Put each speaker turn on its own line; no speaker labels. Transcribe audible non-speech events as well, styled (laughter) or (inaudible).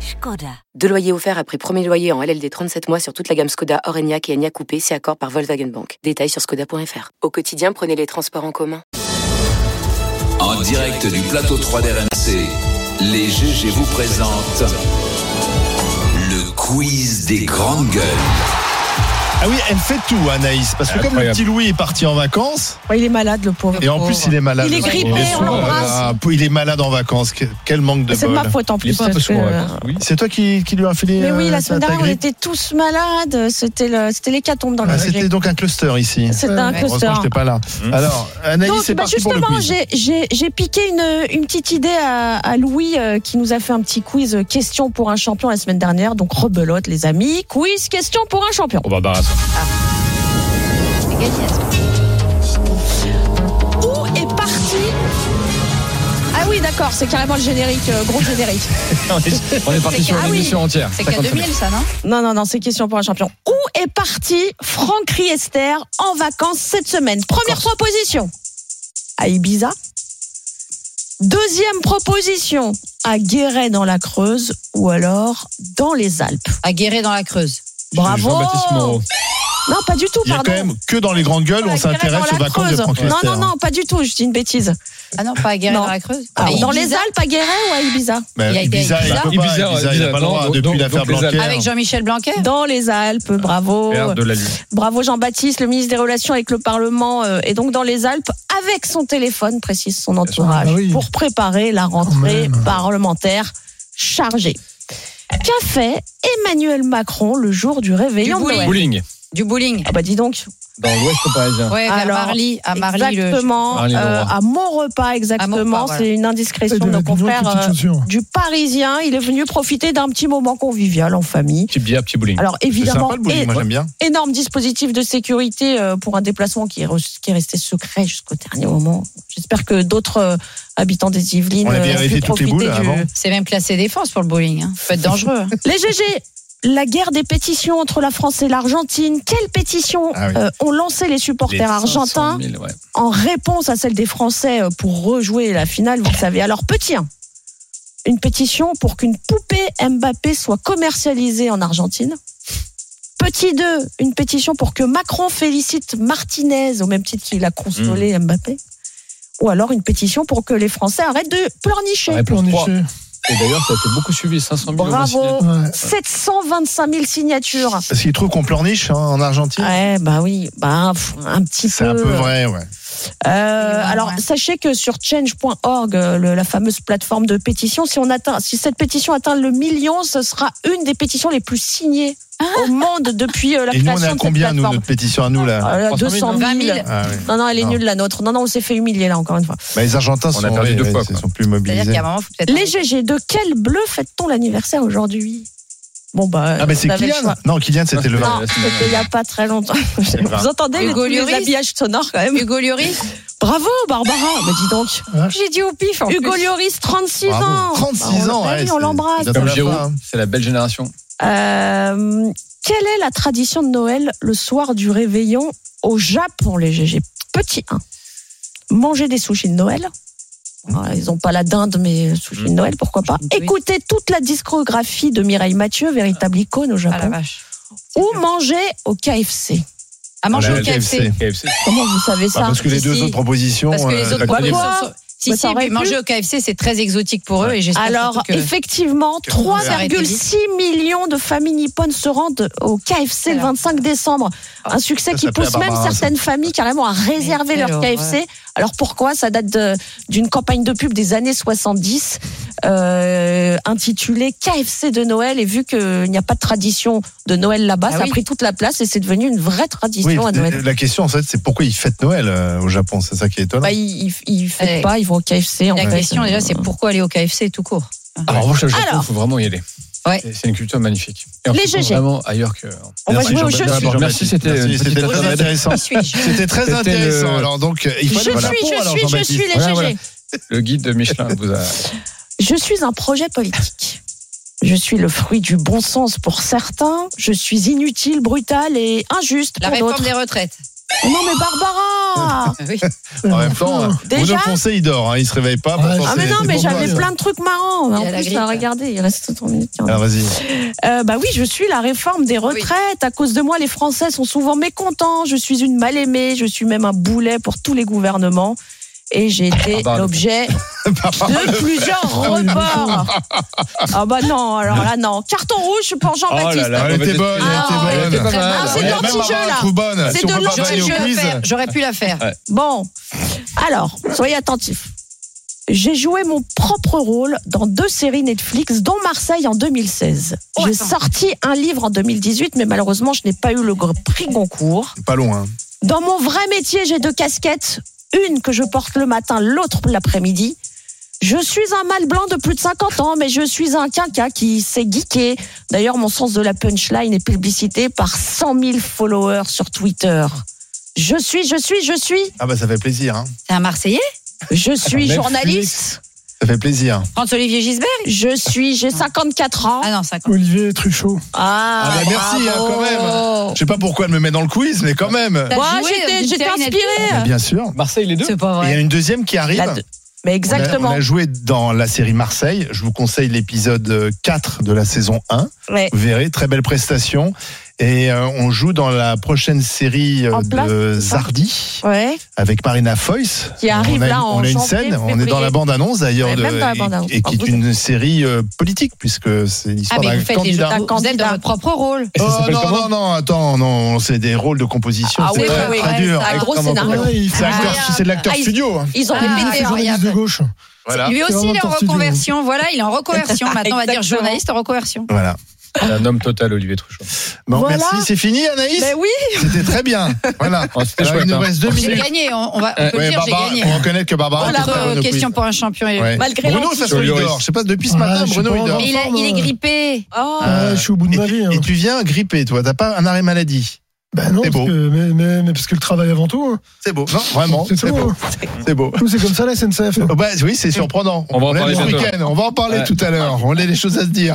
Skoda.
Deux loyers offerts après premier loyer en LLD 37 mois sur toute la gamme Skoda, Orenia et Enya Coupé, c'est accord par Volkswagen Bank. Détails sur skoda.fr. Au quotidien, prenez les transports en commun.
En direct du plateau 3 d'RMC, les GG vous présentent le quiz des grandes gueules.
Ah oui, elle fait tout, Anaïs. Parce que comme le petit Louis est parti en vacances,
Ouais, il est malade, le pauvre.
et en plus il est malade.
Il est grippé,
Il est
on
souvent-
l'embrasse.
Ah, il est malade en vacances. Que- Quel manque de
C'est de
bol.
ma faute en plus.
Il est pas un peu
parce
souvent en
que-
vacances, oui.
C'est toi qui, qui lui as filé
Mais oui,
euh,
la
ta-
semaine
ta
dernière, on
grippe
était tous malades. C'était le- c'était l'hécatombe dans
Ah,
le
C'était donc un cluster ici.
C'est un cluster.
Heureusement, j'étais pas là.
Mm.
Alors, Anaïs,
Donc,
c'est
bah,
parti pour le
justement,
quiz.
j'ai- j'ai j'ai piqué une, une petite idée à, à Louis euh, qui nous a fait un petit quiz euh, question pour un champion la semaine dernière. Donc, rebelote, les amis. Quiz question pour un champion. Ah.
On va embarrasser.
Où est parti Ah oui, d'accord, c'est carrément le générique, euh, gros générique.
On est- on est parti sur
Ah
une
oui.
émission entière.
C'est qu'à 2000 ça, non
Non, non, non, c'est question pour un champion. Où est parti Franck Riester en vacances cette semaine Première proposition, à Ibiza. Deuxième proposition, à Guéret dans la Creuse ou alors dans les Alpes.
À Guéret dans la Creuse.
Bravo
Jean-Baptiste Moreau.
Non, pas du tout,
Il y a
pardon.
quand même que dans les grandes gueules,
À
on
Guéret
s'intéresse
dans
aux
la
vacances de
Creuse.
Franck hein.
Non,
Lester.
non, non, pas du tout, je dis une bêtise.
Ah non, pas à Guéret
Non.
dans la Creuse.
Ah,
À
dans
Ibiza,
les Alpes, à Guéret ou à Ibiza
Il a
Mais
été
Ibiza,
à
il
Ibiza.
peut pas.
Ibiza,
Ibiza, il a
Ibiza,
pas le
non,
droit
donc-
depuis
donc-
l'affaire
donc les Alpes.
Blanquer.
Avec Jean-Michel Blanquer.
Dans les Alpes, bravo.
Oh,
Père de la Lune.
Bravo Jean-Baptiste, le ministre des Relations avec le Parlement euh, est donc dans les Alpes avec son téléphone, précise son entourage,
Ah oui.
pour préparer la rentrée parlementaire chargée. Qu'a fait Emmanuel Macron le jour du réveillon
Du
de Noël
Bowling.
Du bowling.
Ah bah dis donc,
Dans l'Ouest parisien.
Ouais, vers
Alors,
Marly. À Marly, le.
exactement,
Marly, le
euh,
roi.
à Montrepas exactement,
Maurepas,
c'est une
Eh
indiscrétion de nos confrères euh, du Parisien, il est venu profiter d'un petit moment convivial en famille.
Petit bière, ah, petit bowling.
Alors
C'est
évidemment,
sympa le bowling,
et-
moi j'aime bien.
énorme dispositif de sécurité euh, pour un déplacement qui est, re- qui est resté secret jusqu'au dernier moment. J'espère que d'autres euh, habitants des Yvelines
On a
euh,
bien
ont pu
vérifié toutes les
profiter
boules
du...
avant.
(laughs)
C'est même classé défense pour le bowling. Hein. Faut être dangereux. hein.
Les GG, la guerre des pétitions entre la France et l'Argentine. Quelles pétitions
Ah oui.
euh, ont lancé les supporters argentins
500 000, ouais.
en réponse à celle des Français euh, pour rejouer la finale, vous le savez. Alors, petit 1, une pétition pour qu'une poupée Mbappé soit commercialisée en Argentine. Petit 2, une pétition pour que Macron félicite Martinez au même titre qu'il a consolé
Hmm.
Mbappé. Ou alors une pétition pour que les Français arrêtent de pleurnicher.
Réponse 3. Et d'ailleurs, ça a été beaucoup suivi, 500 000
Bravo,
aussi.
725 000 signatures.
Parce qu'il trouve qu'on pleurniche hein, en Argentine.
Ouais, bah oui, bah pff, un petit
C'est un peu vrai, ouais.
Euh,
Ouais,
alors,
ouais.
sachez que sur change.org, euh, le- la fameuse plateforme de pétition, si on atteint, si cette pétition atteint le million, ce sera une des pétitions les plus signées
Ah.
au monde depuis euh, la
Et nous, on est
création
à
de cette
combien, nous,
plateforme.
notre pétition à nous, là
Euh,
300 000,
200
20
000.
000.
Ah oui.
Non, non, elle est
Non.
nulle la nôtre. Non, non, on s'est fait humilier là encore une fois.
Bah, les Argentins
On
sont,
a perdu
ouais,
deux fois,
ouais,
quoi.
ils sont plus
C'est-à-dire
mobilisés.
qu'à un moment, faut peut-être.
Les GG, de quel bleu fête-t-on l'anniversaire aujourd'hui Bon bah,
Ah, mais c'est
vous avez le
Kylian
choix.
Non, Kylian, c'était le
Non,
la semaine
c'était il n'y a pas très longtemps.
vrai.
Vous entendez les,
Hugo
les
Lloris
habillages sonores quand même
Hugo Lloris.
Bravo Barbara, mais dis donc.
J'ai dit au pif. En
Hugo
plus.
Lloris, 36
Bravo.
ans.
36
Bah, on
ans,
l'a-
ouais,
oui, on
c'est-
l'embrasse.
c'est
Comme
la
Giroud,
fin, hein.
c'est la belle génération.
Euh, quelle est la tradition de Noël le soir du réveillon au Japon, les GG Petit 1. Manger des sushis de Noël. Ah, Ils n'ont pas la dinde, mais sushis de
Mm.
Noël, pourquoi pas.
Oui.
Écouter toute la discographie de Mireille Mathieu, véritable icône au
Ah la
Japon.
vache.
Ou manger au KFC.
À manger
Ah,
au
le
KFC.
KFC.
Comment vous savez
Bah,
ça
parce que les
Si,
deux
si.
autres propositions.
Parce que
euh,
les autres
Quoi,
propositions
quoi
sont- Si,
Bah,
si,
ça aurait
puis
pu.
manger au KFC, c'est très exotique pour eux. Et j'espère
Alors,
surtout que.
effectivement,
Que vous
arrêtez vite.
3,6 millions de familles nippones se rendent au KFC le
Alors.
25 décembre. Un succès
Ah, Ça,
qui
ça plaît à
pousse même
Barbara, ça.
certaines familles carrément à réserver
Mais
leur
quelle
KFC. Alors pourquoi Ça date de- d'une campagne de pub des années 70 euh, intitulée KFC de Noël. Et vu qu'il n'y a pas de tradition de Noël là-bas,
Ah
ça
oui.
a pris toute la place et c'est devenu une vraie
Oui, euh,
tradition à Noël.
la question, en fait, c'est pourquoi ils fêtent Noël euh, au Japon. C'est ça qui est étonnant.
Bah, ils ils- ils fêtent
Allez.
pas, ils vont au KFC. en
La
fait.
question, déjà, c'est pourquoi aller au KFC tout court
Ah, En revanche, le Japon,
Alors.
il faut vraiment y aller. C'est- C'est une culture magnifique. Et on
Les
se trouve
GG.
vraiment ailleurs que.
On va
Merci,
jouer au jeu.
Jean-Baptiste.
Merci, Jean-Baptiste.
c'était
Merci,
c'était
c'était
très
très
intéressant.
Qui suis-je
C'était très
C'était
intéressant.
le-
Alors donc, euh,
Je
il
suis,
faut
je suis,
aller voir la peau, alors,
je suis, je
Jean-Baptiste.
suis les
Voilà, voilà.
GG.
Le guide de Michelin vous a.
Je suis un projet politique. Je suis le fruit du bon sens pour certains. Je suis inutile, brutal et injuste
La
pour
réforme
d'autres. Oh (laughs)
des retraites.
Non mais
Ah,
Barbara
Oui.
En même temps, Bruno
Déjà
Poncet, il dort, hein, il se réveille pas.
Ah,
pourtant,
Ah mais
c'est-
non
c'est
mais
pour
j'avais
moi.
plein de trucs marrants.
Il y
En
a la
plus,
grippe.
là, regardez, il reste 30 minutes.
Alors Ah, vas-y.
Euh, bah oui, je suis la réforme des retraites. À cause de moi, les Français sont souvent mécontents. Je suis une mal aimée. Je suis même un boulet pour tous les gouvernements. Et j'ai
Ah,
été
bah, le-
l'objet de
(laughs)
plusieurs
Oh,
reports. Ah bah non, alors là non. Carton rouge pour
Oh
Jean-Baptiste.
Elle était bonne,
Ah,
elle
ouais,
était
elle
bonne.
était pas
Ah, c'est
Elle
de
est
mal.
même
l'anti-jeu
avant la
là.
troupe bonne.
C'est
Si on
de
peut pas
l'anti-jeu.
varier au
J'aurais pu
quiz,
la faire. J'aurais pu la faire.
Bon, alors, soyez attentifs. J'ai joué mon propre rôle dans deux séries Netflix, dont Marseille en 2016.
Oh,
J'ai
attends.
sorti un livre en 2018, mais malheureusement, je n'ai pas eu le gr- prix Goncourt.
Pas loin. hein.
Dans mon vrai métier, j'ai deux casquettes. Une que je porte le matin, l'autre l'après-midi. Je suis un mâle blanc de plus de 50 ans, mais je suis un quinca qui s'est geeké. D'ailleurs, mon sens de la punchline est publicité par 100 000 followers sur Twitter. Je suis, je suis, je suis.
Ah bah ça fait plaisir, hein.
C'est un Marseillais
Je suis
Netflix.
journaliste.
Ça fait plaisir.
Franz-Olivier Gisbert
Je suis, j'ai 54 ans.
Ah non, 50.
Olivier Truchot.
Ah,
Ah bah merci, hein,
bravo.
quand même. Je sais pas pourquoi elle me met dans le quiz, mais quand même.
T'as
Moi,
joué dans
j'étais,
une
j'étais
série Netflix
Mais
inspirée.
bien sûr.
Marseille, les deux
C'est pas
Et Il y a
vrai.
une deuxième qui arrive.
La deux- Mais
On a-
exactement.
On a, joué dans la série Marseille. Je vous conseille l'épisode 4 de la saison 1.
Ouais.
Vous verrez, très belle prestation. Et euh, on joue dans la prochaine série euh,
En place,
de
c'est ça
Zardi
Ouais.
avec Marina Foïs.
Qui arrive
on a,
là
une-
en
On a une
janvier,
scène, on est dans
février.
la bande-annonce
Ouais,
d'ailleurs, de-
même dans la bande-annonce.
et, et qui
Ah,
est une série euh, politique puisque c'est
Ah,
l'histoire
mais
d'un
vous faites les jeux.
candidat.
d'un
Vous êtes
candidat.
dans votre propre rôle.
Et ça
Oh,
s'appelle
non,
comment
non, non, attends, non, c'est des rôles de composition,
Ah
c'est
oui,
très,
oui,
très
oui,
dur.
c'est
Un gros
Comment on
scénario.
s'appelle
Ouais, il fait
C'est
Ah,
acteur-
ouais.
c'est de l'acteur
Ah, il-
studio. hein.
Ils ont
Ah,
répété.
c'est
hein.
vrai.
Journaliste de gauche.
Voilà.
Lui
C'est
aussi,
vraiment
il est en
tortue du
reconversion. Voilà, il est
(laughs)
en reconversion. Maintenant, on va dire journaliste en reconversion.
Voilà.
Un homme total, Olivier Truchot.
Bon,
Voilà.
merci, c'est fini Anaïs
Mais Ben oui,
C'était très bien. Voilà.
Oh, c'était
Alors,
chouette,
il nous
hein.
reste deux
J'ai
minutes.
gagné. On, on va, on peut
Euh, Ouais, bah,
le dire, j'ai
Barbara,
gagné.
faut reconnaître que
Oh
Barbara est très bonne
Entre
au
questions
quiz.
pour un champion. et-
Ouais.
Malgré
Bruno,
l'anti-
ça se trouve, il
Sur le
dort.
risque.
Je sais pas, depuis ce
Ouais,
matin,
je sais
Bruno,
pas,
il
on
dort.
dort.
Il, a- il est grippé.
Oh.
Euh,
Ouais, je suis au bout de
et,
ma
tu-
vie. hein.
et tu viens grippé, toi. T'as pas un arrêt maladie.
Bah non,
C'est
parce
beau.
que, mais, mais- mais parce que le travail avant tout. hein.
C'est beau. Non, vraiment.
C'est
C'est
tout,
beau.
hein.
C'est beau. (laughs)
Nous, c'est comme ça la SNCF.
Oh, bah, oui, c'est surprenant.
On va en
l'a
parler
ce
bientôt.
week-end. On va en parler
Ouais.
tout à l'heure. On a des choses à se dire.